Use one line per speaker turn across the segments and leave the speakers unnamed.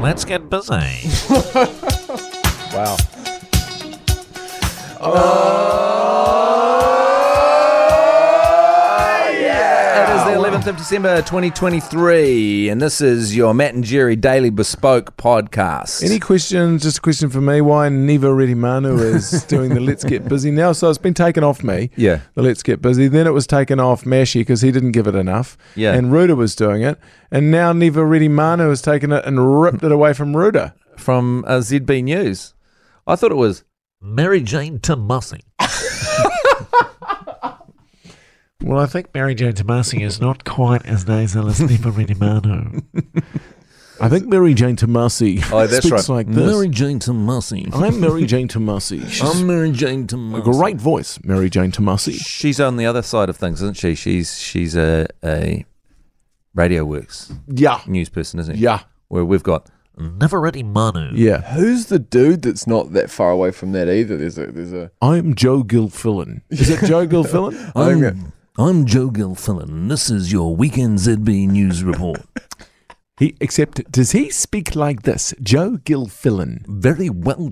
let's get busy.
Wow. Oh, It is the 11th of December 2023, and this is your Matt and Jerry Daily Bespoke podcast.
Any questions? Just a question for me. Why Neva Reddy Manu is doing the Let's Get Busy now? So it's been taken off me.
Yeah.
The Let's Get Busy. Then it was taken off Mashy because he didn't give it enough.
Yeah.
And Ruda was doing it. And now Neva Reddy Manu has taken it and ripped it away from Ruda.
from uh, ZB News? I thought it was
Mary Jane Tomasi.
Well, I think
Mary Jane Tomasi is not quite as nasal as Neva Redimano.
I think Mary Jane Tomasi
Oh, that's speaks right.
like
Jane Tomasi.
I'm Mary Jane Tomasi.
Mary Jane Tomasi.
voice, Mary Jane Tomasi.
she's on the other side of things, isn't she? She's she's a, a Radio Works
Yeah.
news person, isn't she?
Yeah.
Where we've got
Never Ready Manu.
Yeah.
Who's the dude that's not that far away from that either? There's a there's a
I'm Joe Gilfillan. Is it Joe Gilfillan?
I'm, I'm Joe Gilfillan. This is your Weekend ZB News Report.
He except does he speak like this? Joe Gilfillan.
Very well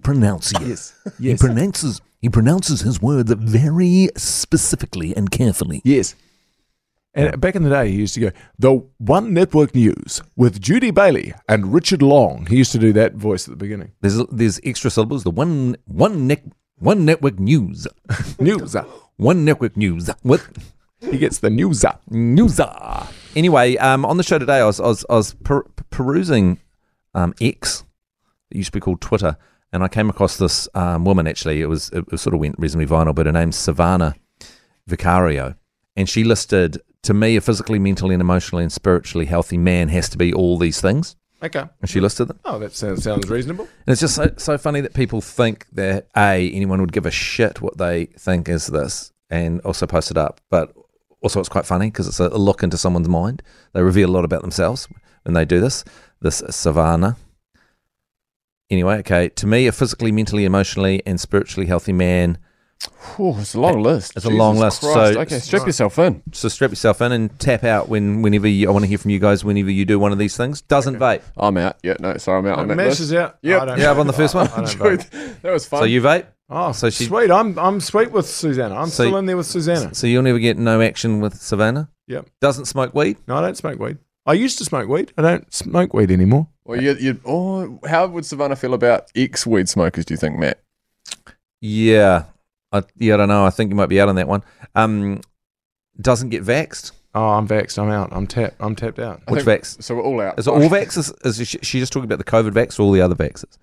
pronounced.
Yes.
He
Yes.
pronounces he pronounces his word very specifically and carefully.
yes. And back in the day, he used to go the One Network News with Judy Bailey and Richard Long. He used to do that voice at the beginning.
there's there's extra syllables. The one one neck one network news.
News.
One network news with
He gets the news up.
Newsa. Anyway, um, on the show today, I was, I was, I was per- perusing um, X, it used to be called Twitter, and I came across this um, woman. Actually, it was it, sort of went reasonably viral, but her name's Savannah Vicario, and she listed to me a physically, mentally, and emotionally and spiritually healthy man has to be all these things,
Okay.
and she listed them.
Oh, that sounds, sounds reasonable.
And it's just so, so funny that people think that a anyone would give a shit what they think is this, and also post it up. But also, it's quite funny because it's a look into someone's mind. They reveal a lot about themselves when they do this. This savannah. Anyway, okay. To me, a physically, mentally, emotionally, and spiritually healthy man.
oh, it's a long list.
It's a long list,
Christ.
so-
okay, strap yourself in.
So strap yourself in and tap out when whenever you, I want to hear from you guys. Whenever you do one of these things, doesn't vape.
I'm out. Yeah, no, sorry, I'm out on that
Mash
list.
is out.
Yep.
I don't
Yeah, I've won the first one.
I don't vote.
that was fun.
So you vape.
Oh,
So she-
sweet. I'm I'm sweet with Susanna. I'm
So-
still in there with Susanna.
So you'll never get no action with Savannah.
Yep.
Doesn't smoke weed.
No, I don't smoke weed. I used to smoke weed. I don't smoke weed anymore.
well, you, you, oh, how would Savannah feel about ex weed smokers? Do you think, Matt?
Yeah. I, yeah, I don't know. I think you might be out on that one. Um, doesn't get vaxxed.
Oh, I'm vaxxed. I'm out. I'm tapped. I'm tapped out.
I
Which
think-
vax?
So we're all out.
Is it all vax? Is, is she- she just talking about the COVID vax or all the other vaxes?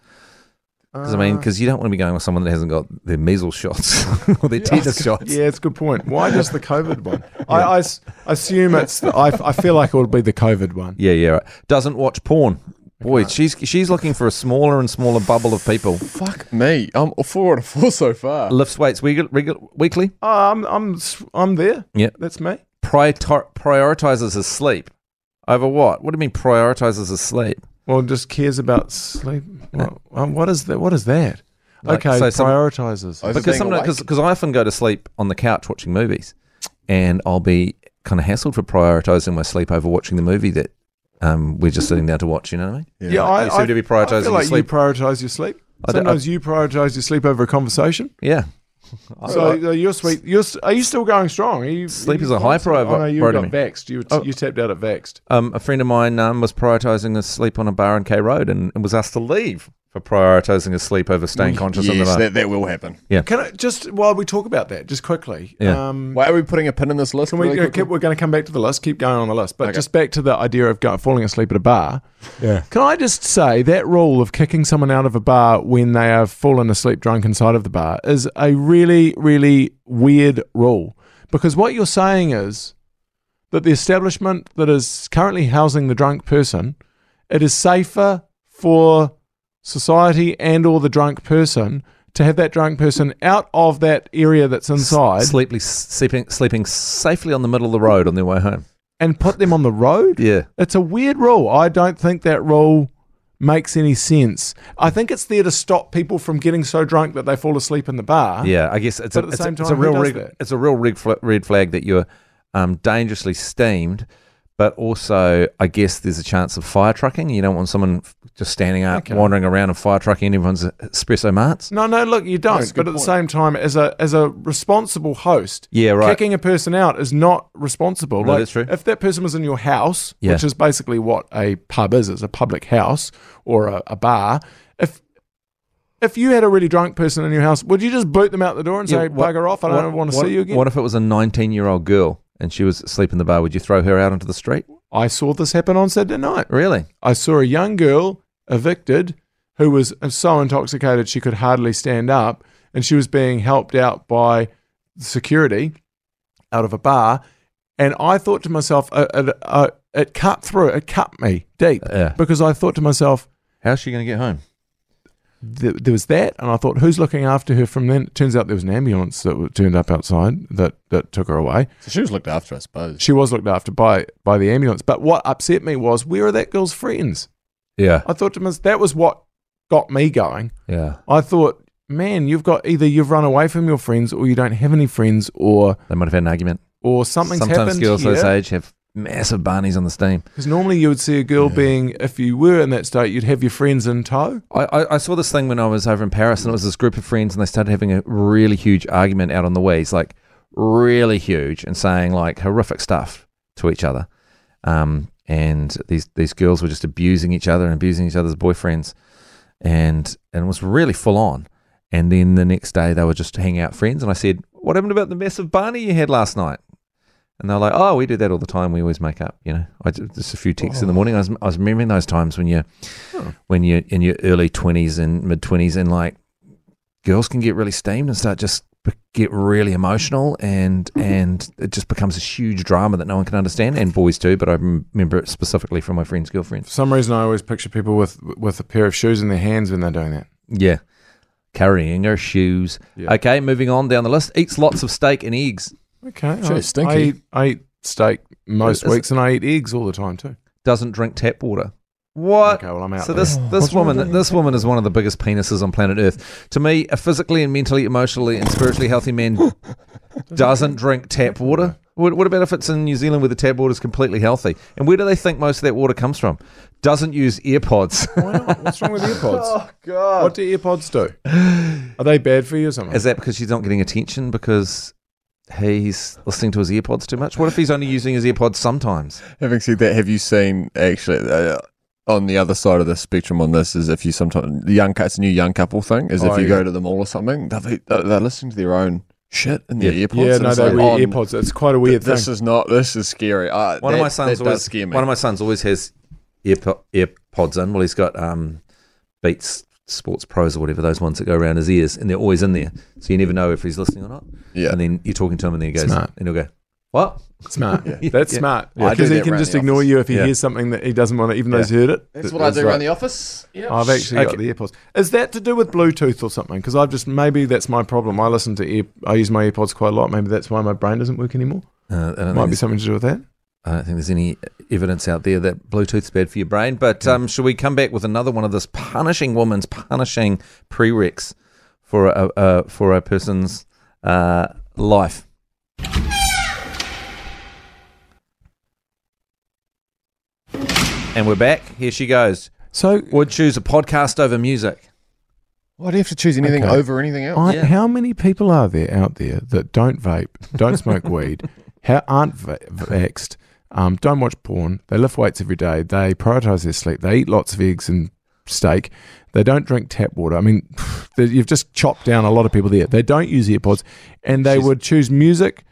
Because I mean,
Uh,
because you don't want to be going with someone that hasn't got their measles shots or their tetanus shots.
yeah, it's a good point. Why just the COVID one? I I s I assume it's. The, I, I feel like it would be the COVID one.
Yeah, yeah. Right. Doesn't watch porn. Boy, she's she's looking for a smaller and smaller bubble of people.
Oh, Fuck me. I'm a four out of four so far.
Lifts weights regu- regu- weekly.
Oh, I'm I'm s- I'm there.
Yeah.
that's me.
Prior- prioritizes his sleep over what? What do you mean prioritizes his sleep?
Well, just cares about sleep. Well, um, what is that? What is that?
Like,
okay,
so some-
prioritizes.
Oh, is it
because
being
sometimes
awake?
cause, 'cause I often go to sleep on the couch watching movies, and I'll be kind of hassled for prioritizing my sleep over watching the movie that um, we're just sitting down to watch. You know what I mean?
yeah,
like, you seem to be prioritising
I feel
your
like
sleep.
You prioritize your sleep.
I don't- I-
Sometimes you prioritize your sleep over a conversation.
Yeah. I-
So
I-
uh, you're sweet. You're, s- are you still going strong? Are you,
Sleep
are
is
you
a high priori-
constant- Oh, no, you
priority
got
to
vexed. You,
Oh.
you tapped out at vexed.
um, a friend of mine um, was prioritizing his sleep on a bar on K Road, and, and was asked to leave for prioritizing his sleep over staying conscious in the
yes,
bar.
that, that will happen.
Can I just while we talk about that, just quickly?
Yeah.
Um,
Why are we putting a pin in this list?
can we,
really
uh,
quickly?
keep, we're going to come back to the list. Keep going on the list, but
Okay.
just back to the idea of go, falling asleep at a bar. Yeah. Can I just say that rule of kicking someone out of a bar when they have fallen asleep drunk inside of the bar is a really, really weird rule because what you're saying is that the establishment that is currently housing the drunk person, it is safer for society and or the drunk person to have that drunk person out of that area that's inside
Sleeply, sleeping, sleeping safely on the middle of the road on their way home.
and put them on the road.
Yeah.
It's a weird rule. I don't think that rule makes any sense. I think it's there to stop people from getting so drunk that they fall asleep in the bar.
Yeah, I guess it's,
But
a,
at the
it's, a-
same
it's a
time, who
real
does
red,
that?
it's a real red, fl- red flag that you're um, dangerously steamed But also, I guess there's a chance of fire trucking. You don't want someone f- just standing up,
Okay.
wandering around and fire trucking everyone's espresso marts.
No, no, look, you don't.
That's a
But
good
at the
point.
same time, as a as a responsible host,
Yeah, right.
kicking a person out is not responsible.
No, that's true.
If that person was in your house,
Yeah.
which is basically what a pub is, it's a public house or a, a bar. If if you had a really drunk person in your house, would you just boot them out the door and
Yeah,
say,
what-
"Bugger off! I don't
What-
want to
what-
see you again"?
What if it was a 19 year old girl and she was asleep in the bar? Would you throw her out onto the street?
I saw this happen on Saturday night.
Really?
I saw a young girl evicted who was so intoxicated she could hardly stand up, and she was being helped out by security out of a bar. And I thought to myself, uh, uh, uh, it cut through, it cut me deep
Yeah.
because I thought to myself,
How's she going to get home?
th- there was that, and I thought, who's looking after her from then? It turns out there was an ambulance that w- turned up outside that, that took her away.
So she was looked after, I suppose.
She was looked after by, by the ambulance. But what upset me was, where are that girl's friends?
Yeah.
I thought to myself, that was what got me going.
Yeah.
I thought, man, you've got either you've run away from your friends or you don't have any friends or
They might have had an argument.
or something's
Sometimes
happened
girls
here.
this age have massive barneys on the steam.
Because normally you would see a girl being, if you were in that state, you'd have your friends in tow.
I, I, I saw this thing when I was over in Paris, and it was this group of friends, and they started having a really huge argument out on the ways, like really huge, and saying like horrific stuff to each other. Um, and these these girls were just abusing each other and abusing each other's boyfriends, and and it was really full on. And then the next day they were just hanging out friends, and I said, "What happened about the massive Barney you had last night?" And they're like, "Oh, we do that all the time. We always make up, you know." I ju- just a few texts in the morning. I was I was remembering those times when you when you're in your early 20s and mid 20s and like girls can get really steamed and start just be- get really emotional and and it just becomes a huge drama that no one can understand and boys too but i rem- remember it specifically from my friend's girlfriend
For some reason, I always picture people with with a pair of shoes in their hands when they're doing that.
yeah carrying her shoes
Yeah.
okay moving on down the list eats lots of steak and eggs
Okay.
Sure,
I,
stinky.
I eat, I eat steak most
Is- is-
weeks and I eat eggs all the time too.
doesn't drink tap water what
Okay, well, I'm out.
So
there.
this this woman this woman is one of the biggest penises on planet Earth. To me, a physically and mentally, emotionally and spiritually healthy man doesn't drink tap water. What, what about if it's in New Zealand where the tap water is completely healthy? And where do they think most of that water comes from? Doesn't use earpods.
Why not? What's wrong with earpods? oh, God. What do earpods do? Are they bad for you or something?
is that because she's not getting attention because he's listening to his earpods too much? What if he's only using his earpods sometimes?
Having said that, have you seen actually uh, on the other side of the spectrum on this is if you sometimes the young cou- it's a new young couple thing is
Oh,
if you
yeah.
go to the mall or something they're, they're listening to their own shit in their
Yeah.
earpods.
yeah,
and
no,
it's
they
like,
wear
on-
earpods. It's quite a weird
This
thing.
is not. This is scary. Uh,
One
that-
of my sons
that
always
does scare me.
One of my sons always has earpo- earpods in. Well, he's got um, Beats Sports Pros or whatever those ones that go around his ears, and they're always in there, so you never know if he's listening or not.
yeah,
And then you're talking to him, and then he goes,
Smart.
and he'll go, "What?
Smart.
Yeah.
That's
Yeah.
smart.
I do
Because he
that
can
around
just
the
ignore
office.
you if he
Yeah.
hears something that he doesn't want to, even though
Yeah.
he's heard it.
that's
Th-
what I do
right.
around the office. Yeah,
I've actually got
Okay.
the AirPods. Is that to do with Bluetooth or something? Because I've just maybe that's my problem. I listen to ear, I use my AirPods quite a lot. Maybe that's why my brain doesn't work anymore.
Uh, I, don't
Might
think
be
there's-
something to do with that.
I don't think there's any evidence out there that Bluetooth's bad for your brain. But um, should we come back with another one of this punishing woman's punishing prereqs for a, a for a person's uh, life? And we're back. Here she goes.
So,
Would choose a podcast over music.
Why do you have to choose anything
Okay.
over anything else?
I,
Yeah.
how many people are there out there that don't vape, don't smoke weed, ha- aren't va- vaxxed, um, don't watch porn, they lift weights every day, they prioritize their sleep, they eat lots of eggs and steak, they don't drink tap water. I mean, that- you've just chopped down a lot of people there. They don't use earpods, and they
She's-
would choose music.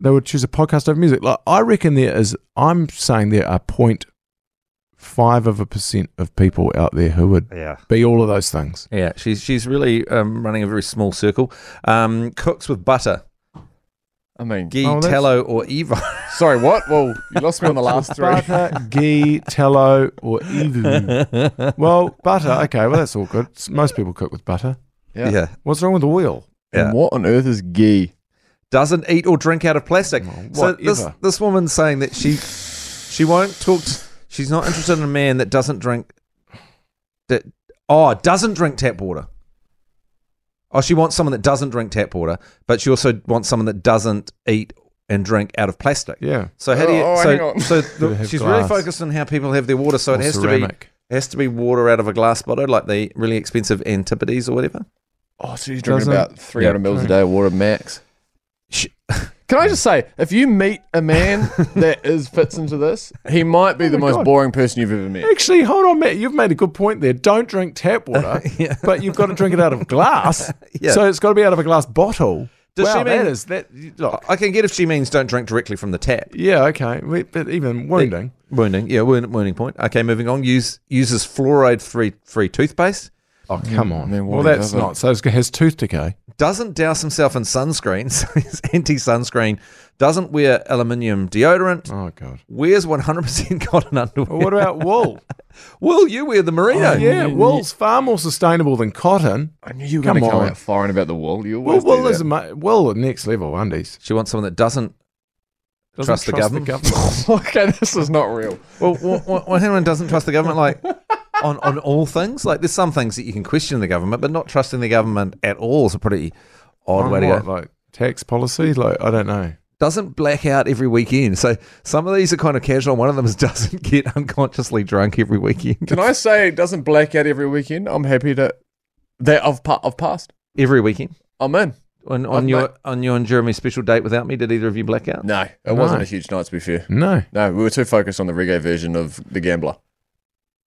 They would choose a podcast over music. Like I reckon there is. I'm saying there are point five of a percent of people out there who would
Yeah.
be all of those things.
Yeah, she's she's really um, running a very small circle. Um, cooks with butter,
I mean,
Guy
Oh, that's-
Tallow or Eva.
sorry, what? Well, you lost me on the last three.
Butter, ghee, tallow, or evu. Well, butter. Okay, well that's all good. S- Most people cook with butter.
yeah.
Yeah.
What's wrong with oil?
Yeah.
And what on earth is ghee?
Doesn't eat or drink out of plastic.
Oh,
so this
whatever.
this woman's saying that she she won't talk. t- she's not interested in a man that doesn't drink. That oh doesn't drink tap water. Oh, she wants someone that doesn't drink tap water, but she also wants someone that doesn't eat and drink out of plastic.
Yeah.
So how do you?
Oh, oh,
so
hang on.
so
They
the,
have
she's
glass.
really focused on how people have their water. So
Or
it has to
ceramic.
be has to be water out of a glass bottle, like the really expensive Antipodes or whatever.
Oh, so he's
drinking
drinking
Doesn't-
about 300 mils a day of water max.
Sh-
Can I just say, if you meet a man that is fits into this, he might be the
Oh my
most
God.
boring person you've ever met.
Actually, hold on, Matt. You've made a good point there. Don't drink tap water,
Yeah.
but you've got to drink it out of glass.
Yeah.
So it's got to be out of a glass bottle.
Does
wow,
she
that
mean-
is that. Look,
I can get if she means don't drink directly from the tap.
yeah, okay, we, but even wounding.
Wounding, yeah, wound, wounding point. Okay, moving on. Use uses fluoride free free toothpaste.
Oh come
Mm,
on.
man,
well,
what he
that's
does it.
not. So it has tooth decay.
Doesn't douse himself in sunscreen, so he's anti sunscreen. Doesn't wear aluminium deodorant.
Oh god.
Wears one hundred percent cotton underwear.
Well, what about wool?
Will you wear the merino?
yeah, wool's far more sustainable than cotton.
I knew you were
Come
going to come
on.
out firing about the wall. You
Well,
always
wool
do
is
that.
a mu- wool at next level undies.
She wants someone that doesn't
Doesn't
Trust the government.
okay, this is not real.
Well, well, well, well, anyone doesn't trust the government, like on, on all things. Like there's some things that you can question the government, but not trusting the government at all is a pretty odd
On
way to
what,
go.
like tax policy? Like I don't know.
Doesn't black out every weekend. So some of these are kind of casual. One of them is doesn't get unconsciously drunk every weekend.
Can I say it doesn't black out every weekend? I'm happy to that I've pa- I've passed.
Every weekend.
I'm in.
On, on
I've
your
met-
on your and Jeremy's special date without me, did either of you black out?
No, it wasn't
No.
a huge night to be fair.
No.
No, we were too focused on the reggae version of The Gambler.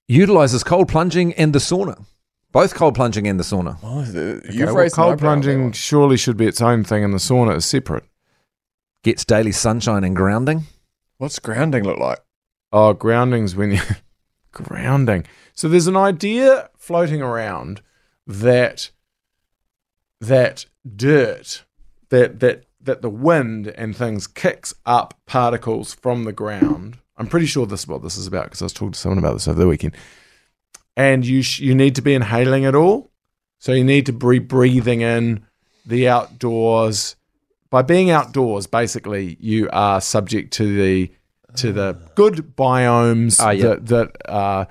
Utilizes cold plunging and the sauna. Both cold plunging and the sauna.
Oh, the,
Okay, well, cold plunging surely should be its own thing, and the sauna is separate.
Gets daily sunshine and grounding.
What's grounding look like?
Oh, grounding's when you grounding. So there's an idea floating around that that dirt that that that the wind and things kicks up particles from the ground. I'm pretty sure this is what this is about because I was talking to someone about this over the weekend. And you sh- you need to be inhaling it all, so you need to be breathing in the outdoors. By being outdoors, basically, you are subject to the to the good biomes
Ah, yeah.
that that are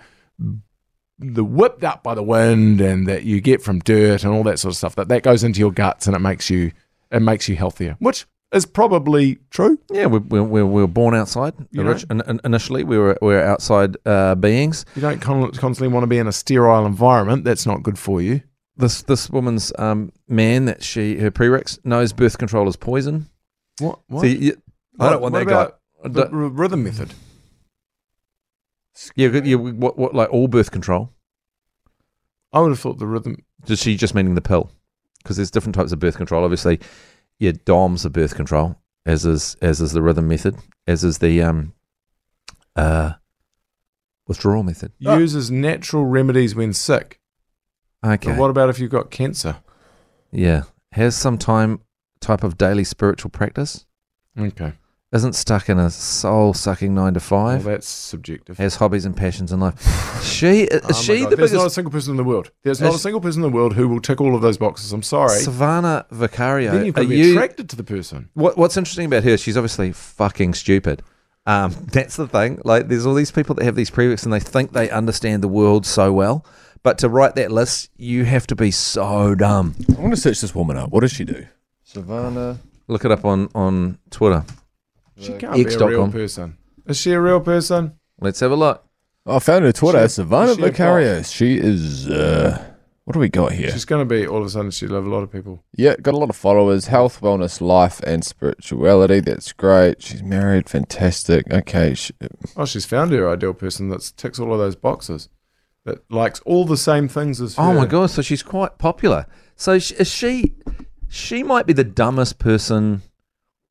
the whipped up by the wind and that you get from dirt and all that sort of stuff. That that goes into your guts and it makes you it makes you healthier, which is probably true.
Yeah, we, we, we, we were born outside.
You know?
Orig- in- in- initially, we were, we were outside uh, beings.
You don't con- constantly want to be in a sterile environment. That's not good for you.
This this woman's um, man that she her prereqs knows birth control is poison.
What? what?
See, you, I don't
What-
want
what
that guy.
about
I
The
don't-
r- rhythm method.
Yeah, good- yeah, what, what like all birth control?
I would have thought the rhythm.
Does she just meaning the pill? Because there's different types of birth control. Obviously, yeah, DOM's a birth control, as is as is the rhythm method, as is the um, uh, withdrawal method.
Ah.
Uses natural remedies when sick.
Okay.
But what about if you've got cancer?
yeah, has some time type of daily spiritual practice.
Okay.
isn't stuck in a soul sucking nine to
Well,
five,
that's subjective.
has hobbies and passions in life. she is
Oh my
she
God,
the
There's not a
biggest
single person in the world. There's not a
Is-
single person in the world who will tick all of those boxes. I'm sorry.
Savannah Vicario?
then you've got
Are
to be
you-
attracted to the person.
what, what's interesting about her? She's obviously fucking stupid. Um, that's the thing. Like, there's all these people that have these prereqs and they think they understand the world so well, but to write that list, you have to be so dumb.
I want to search this woman up. What does she do? Savannah.
Look it up on on Twitter.
She can't be a
X.com.
real person. Is she a real person?
Let's have a look.
I found her Twitter.
She-
Savannah
is she a
Vicarios. She is. Uh, what do we got here?
She's going to be all of a sudden. She love a lot of people.
Yeah, got a lot of followers. Health, wellness, life, and spirituality. That's great. She's married. Fantastic. Okay. She,
Oh, she's found her ideal person that ticks all of those boxes, that likes all the same things as her.
Oh my god! So she's quite popular. So sh- is she she might be the dumbest person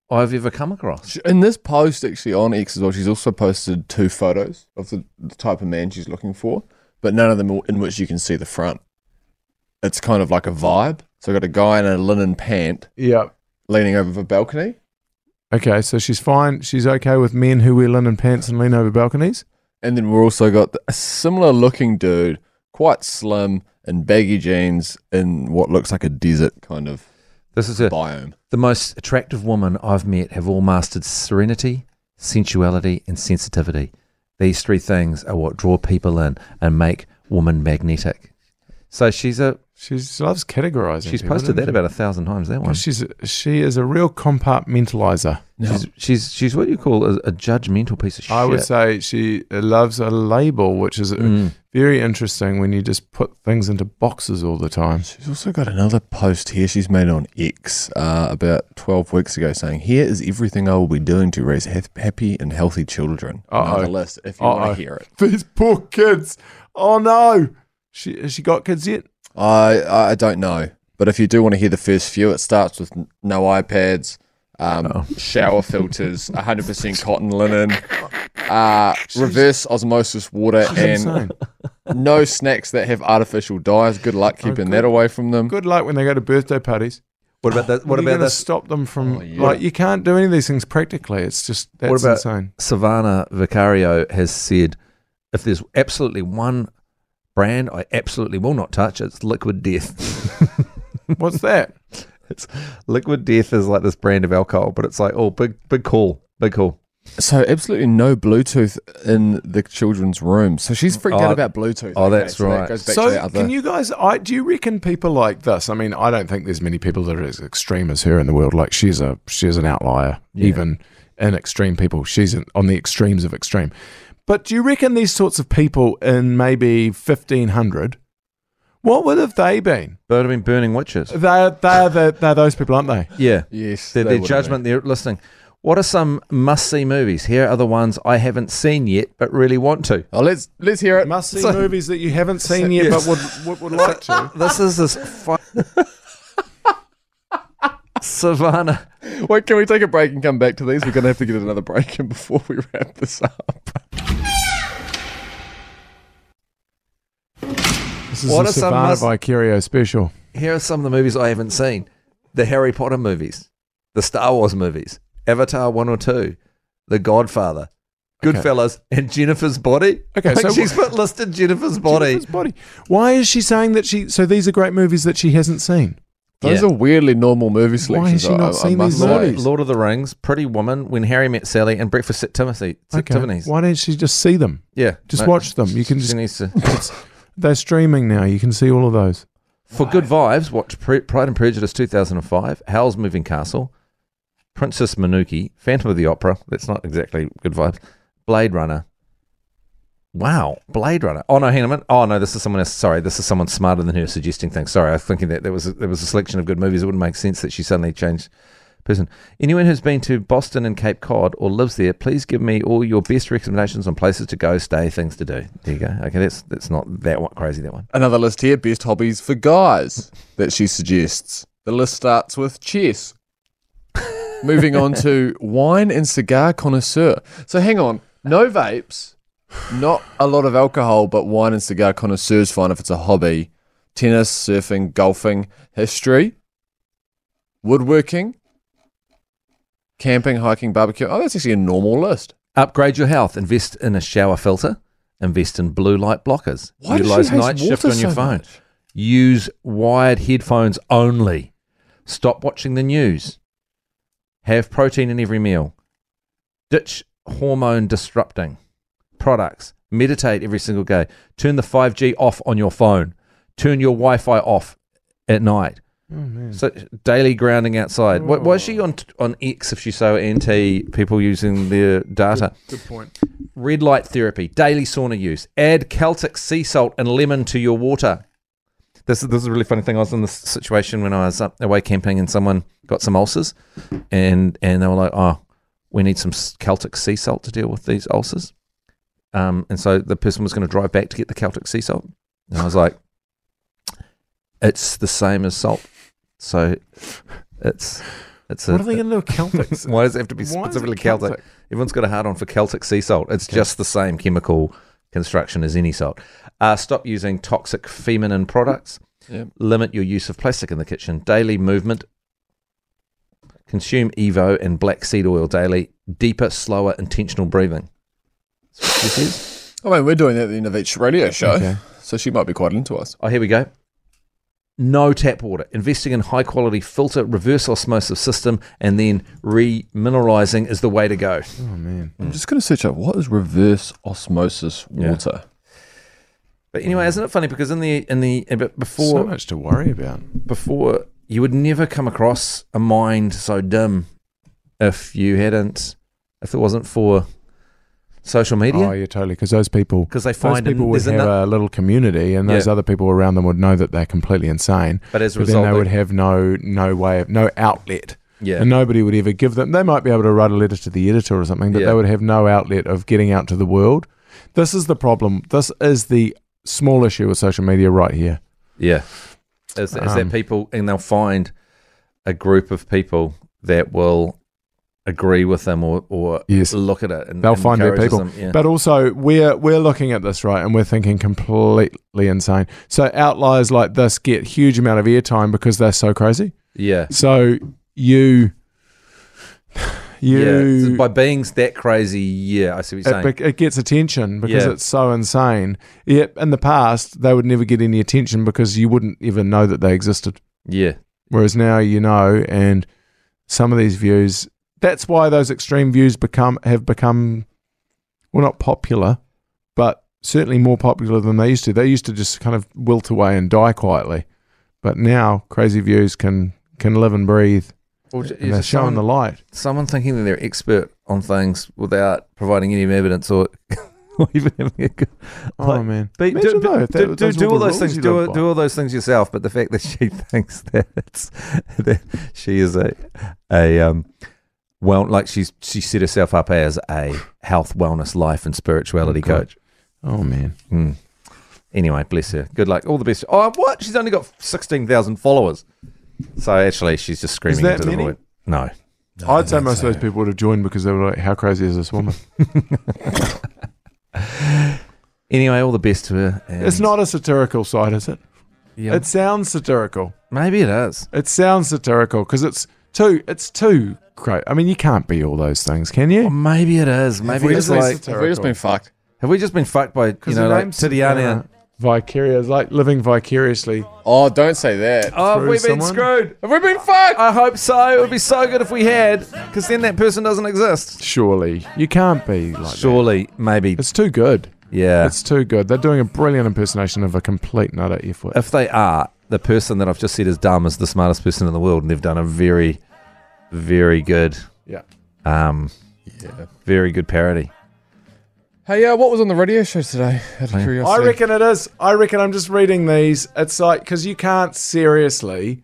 I've ever come across.
she- in this post, actually on X as well, she's also posted two photos of the, the type of man she's looking for, but none of them are in which you can see the front. It's kind of like a vibe. So I got a guy in a linen pant
Yeah.
leaning over a balcony.
Okay, so she's fine. She's okay with men who wear linen pants and lean over balconies.
And then we're also got a similar looking dude, quite slim in baggy jeans in what looks like a desert kind of
This is her.
biome.
The most attractive woman I've met have all mastered serenity, sensuality, and sensitivity. These three things are what draw people in and make women magnetic. So she's a
She's, she loves categorizing.
She's
people,
posted
doesn't
that about a thousand times. That
she?
one.
She's she is a real compartmentalizer.
She's she's she's what you call a, a judgmental piece of shit.
I would say she loves a label, which is uh,
Mm.
very interesting when you just put things into boxes all the time.
She's also got another post here she's made on X uh, about 12 weeks ago saying, Here is everything I will be doing to raise hap- happy and healthy children.
Uh-oh.
Another list if you
Uh-oh.
want to hear it.
These poor kids. Oh no. She has she got kids yet?
I, I don't know. But if you do want to hear the first few, it starts with n- no iPads, um, shower filters, 100% cotton linen, uh, reverse osmosis water, and
Insane.
no snacks that have artificial dyes. Oh, Good luck keeping
good.
that away from them.
Good luck when they go to birthday parties.
What about that? What
What are you
about
going to
this?
stop them from?
Oh, yeah.
Like you can't do any of these things practically. It's just that's
What about-
insane.
Savannah Vicario has said, if there's absolutely one brand I absolutely will not touch, it's Liquid Death.
What's that?
Liquid Death is like this brand of alcohol, but it's like, oh, big big call, big call.
So absolutely no Bluetooth in the children's room. So she's freaked
Oh,
out about Bluetooth.
oh, that's
so that
right.
goes back to the
So
other.
can you guys? I do you reckon people like this? I mean, I don't think there's many people that are as extreme as her in the world. Like she's a she's an outlier, even in extreme people. She's in, on the extremes of extreme. But do you reckon these sorts of people in maybe fifteen hundred? What would have they been?
They would have been burning witches.
They're they're the, they're those people, aren't they?
Yeah.
yes,
Their,
they
their
would have
judgment, their listening. What are some must see movies? Here are the ones I haven't seen yet, but really want to.
been. Oh, let's let's hear it.
Must see
So-
movies that you haven't seen yet,
Yes.
but would, would would like to.
This is this. Fu- Savannah.
Wait, can we take a break and come back to these? We're gonna have to get another break in before we wrap this up.
This is
What
a
are some
Savannah
must-
Vicario special.
Here are some of the movies I haven't seen the Harry Potter movies, the Star Wars movies, Avatar 1 or 2, The Godfather, Goodfellas, and Jennifer's Body.
Okay,
Like,
so
she's put listed Jennifer's Body.
Jennifer's body. Why is she saying that she? So these are great movies that she hasn't seen.
Those
Yeah.
are weirdly normal movie
Why has
selections.
she
I-
not
I,
seen
I must
these
say.
Lord,
movies?
Lord of the Rings, Pretty Woman, When Harry Met Sally, and Breakfast at Timothy.
Okay.
Tiffany's.
Why don't she just see them?
Yeah.
Just
no,
watch them. You can
She
just.
needs to.
They're streaming now. You can see all of those.
For good vibes, watch Pre- Pride and Prejudice 2005, Howl's Moving Castle, Princess Manuki, Phantom of the Opera. That's not exactly good vibes. Blade Runner. Wow, Blade Runner. Oh no, hang on a minute. Oh no, this is someone else. Sorry, this is someone smarter than her suggesting things. Sorry, I was thinking that there was a, there was a selection of good movies. It wouldn't make sense that she suddenly changed person. Anyone who's been to Boston and Cape Cod or lives there, please give me all your best recommendations on places to go, stay, things to do. There you go. Okay, that's that's not that one, crazy. That one.
Another list here: best hobbies for guys that she suggests. The list starts with chess. Moving on to wine and cigar connoisseur. So hang on, no vapes, not a lot of alcohol, but wine and cigar connoisseurs fine if it's a hobby. Tennis, surfing, golfing, history, woodworking, camping, hiking, barbecue. Oh, that's actually a normal list.
Upgrade your health. Invest in a shower filter. Invest in blue light blockers.
Why does she
Utilize
hate
night shift
water
on your
so
phone.
much?
Use wired headphones only. Stop watching the news. Have protein in every meal. Ditch hormone disrupting products. Meditate every single day. Turn the 5G off on your phone. Turn your Wi Fi off at night.
Oh
Hmm.
man.
So daily grounding outside. Why, why is
Oh.
she on on X if she's so anti people using their data?
Good point.
Red light therapy, daily sauna use. Add Celtic sea salt and lemon to your water. This is, this is a really funny thing. I was in this situation when I was up away camping and someone got some ulcers, and and they were like, "Oh, we need some s- Celtic sea salt to deal with these ulcers." Um, and so the person was going to drive back to get the Celtic sea salt, and I was like, "It's the same as salt, so it's it's a."
What are they going to do with Celtics?
why does it have to be
Why is it
specifically Celtic? Everyone's got a hard on for Celtic sea salt. It's just the same chemical construction as any salt. Uh, stop using toxic feminine products.
Yep.
Limit your use of plastic in the kitchen. Daily movement. Consume Evo and black seed oil daily. Deeper, slower, intentional breathing. That's what she says.
I mean, Oh, we're doing that at the end of each radio show,
Okay.
so she might be quite into us.
Oh, here we go. No tap water. Investing in high quality filter, reverse osmosis system, and then remineralizing is the way to go.
Oh man.
I'm just going to search up what is reverse osmosis
Yeah.
water.
But But anyway, isn't it funny because in the in the uh, but
so
before
much to worry about.
before you would never come across a mind so dim if you hadn't if it wasn't for social
Oh,
media
yeah, totally. Because those people,
because they
those
find an-
people would
there's
have
ano-
a little community, and those
Yeah.
other people around them would know that they're completely insane.
but as a
But then
result
they
they-
would have no no way of no outlet,
yeah
and nobody would ever give them. They might be able to write a letter to the editor or something, but
Yeah.
they would have no outlet of getting out to the world. This is the problem. This is the small issue with social media right here.
Yeah. Is, is
Um,
that people, and they'll find a group of people that will agree with them or, or
Yes.
look at it and
They'll
and
find their
encourages
people.
them, yeah.
But also, we're we're looking at this right, and we're thinking completely insane. So outliers like this get huge amount of airtime because they're so crazy.
yeah.
So you,
yeah.
you,
So by being that crazy, yeah, I see what you're saying.
it, bec- it gets attention because
Yeah.
it's so insane. Yep, in the past they would never get any attention because you wouldn't even know that they existed.
yeah.
Whereas now you know, and some of these views. That's why those extreme views become have become, well, not popular, but certainly more popular than they used to. They used to just kind of wilt away and die quietly, but now crazy views can can live and breathe,
Or ju-
and
is
they're
it
showing the
someone,
light.
someone thinking that they're expert on things without providing any evidence or, or even having a good.
Oh
Like,
man!
But
Imagine
do,
though, if that-
do, do,
those were
do all
the
those
rules
things.
you
Do,
lived
all-
by.
do all those things yourself. But the fact that she thinks that it's that she is a a um well, like she's she set herself up as a health, wellness, life, and spirituality
God.
coach.
Oh man!
Mm. Anyway, bless her. Good luck. All the best. Oh, what? She's only got sixteen thousand followers. So actually, she's just screaming
that
into the
many?
void. No.
I'd say most of those people would have joined because they were like, "How crazy is this woman?"
Anyway, all the best to her. and-
it's not a satirical side, is it?
Yeah,
It sounds satirical.
maybe it is.
It sounds satirical because it's too. It's too great. I mean, you can't be all those things, can
Or
you?
maybe it is. Maybe
we
it's
just
like.
been, have we just been fucked?
Have we just been fucked by you know like Tidiane?
Vicarious, like living vicariously.
Oh, don't say that.
Oh,
through
we've been
someone?
screwed.
Have we been fucked?
I hope so. It would be so good if we had, because then that person doesn't exist.
Surely you can't be like. that.
Surely, maybe,
It's too good.
yeah.
It's too good. They're doing a brilliant impersonation of a complete nut at effort.
if they are, the person that I've just said is dumb is the smartest person in the world, and they've done a very, very good,
Yeah.
um,
Yeah.
very good parody.
Hey, uh, what was on the radio show today? Out of
I
curiosity.
I reckon it is. I reckon I'm just reading these. It's like because you can't seriously.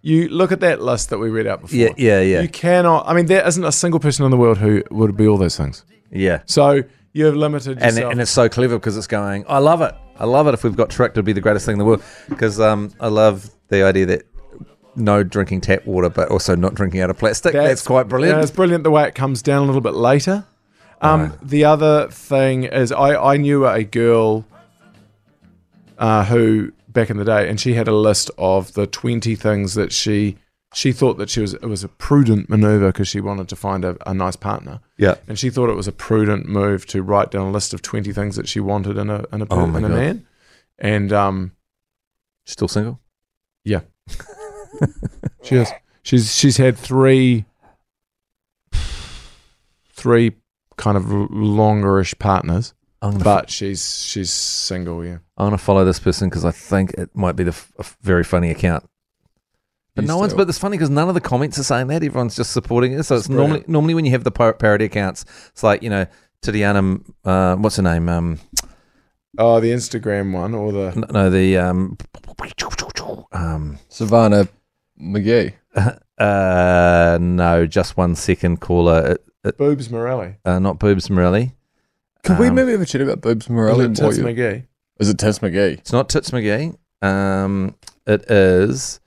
You look at that list that we read out before.
Yeah, yeah, yeah,
You cannot. I mean, there isn't a single person in the world who would be all those things.
yeah.
So you have limited
And,
yourself.
and it's so clever because it's going. I love it. I love it. If we've got tricked, it'd be the greatest thing in the world. Because um, I love the idea that no drinking tap water, but also not drinking out of plastic. That's, quite brilliant.
Yeah, it's brilliant the way it comes down a little bit later. Um, The other thing is, I, I knew a girl uh, who back in the day, and she had a list of the twenty things that she she thought that she was it was a prudent maneuver because she wanted to find a, a nice partner.
yeah.
and she thought it was a prudent move to write down a list of 20 things that she wanted in a in a, per-
Oh my
in a
God.
man. And um,
Still single?
she has, she's she's had three three kind of l- longerish partners,
I'm gonna,
but she's she's single. Yeah,
I'm gonna follow this person because I think it might be the f- a f- very funny account. But
You
no one's.
still-
But it's funny because none of the comments are saying that. Everyone's just supporting it. So it's normally
brilliant.
normally when you have the par- parody accounts, it's like you know Tidiana, uh, what's her name? Um,
oh, the Instagram one or the
n- no, the um, um,
Savannah McGee.
uh, no, just one second caller,
boobs Morelli,
uh, not boobs Morelli.
Could we
Um,
maybe have a chat about boobs
Was
Morelli?
it Tits
Boy-
McGee.
Is it Tess McGee?
It's not Tits McGee. Um, it is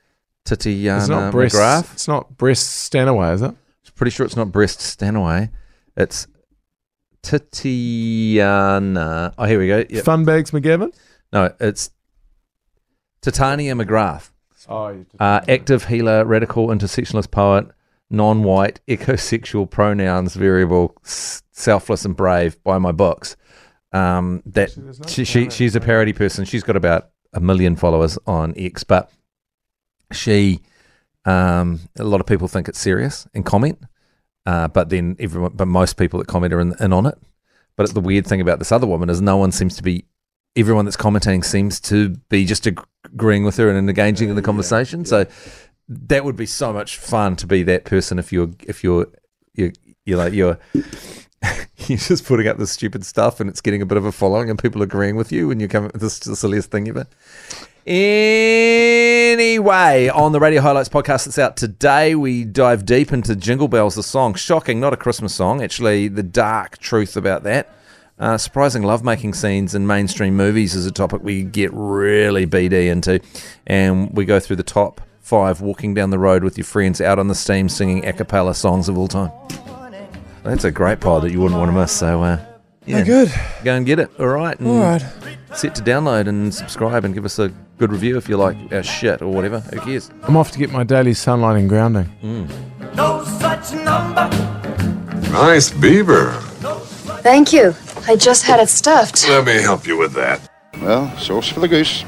Titiana
It's not breasts.
uh, McGrath.
It's not breasts Stanaway, is it?
pretty sure it's not breast Stanaway. It's Tatiana. Oh, here we go. Yep.
Funbags McGavin.
No, it's Titania McGrath,
Oh, you did.
uh, active healer, radical intersectionalist poet, non-white, ecosexual pronouns variable, s- selfless and brave. By my books, um, that
Actually, there's no
she, she
Stanaway.
she's a parody person. She's got about a million followers on X, but she um, a lot of people think it's serious and comment, uh, but then everyone, but most people that comment are in, in on it. But the weird thing about this other woman is no one seems to be everyone that's commenting seems to be just ag- agreeing with her and engaging in the conversation. So that would be so much fun to be that person if you're if you're you're, you're like you're you're just putting up this stupid stuff and it's getting a bit of a following and people agreeing with you and you're coming this is the silliest thing ever. Anyway, on the Radio Highlights podcast that's out today, we dive deep into Jingle Bells, the song. Shocking, not a Christmas song. Actually, the dark truth about that. Uh, surprising lovemaking scenes in mainstream movies is a topic we get really BD into. And we go through the top five walking down the road with your friends out on the steam singing a cappella songs of all time. That's a great pod that you wouldn't want to miss. So, uh, yeah,
Good.
go and get it. All right. And
All right.
set to download and subscribe and give us a good review if you like our shit or whatever. Who cares?
I'm off to get my daily sunlight and grounding.
No such number.
Nice beaver.
Thank you. I just had it stuffed.
Let me help you with that.
Well, source for the goose.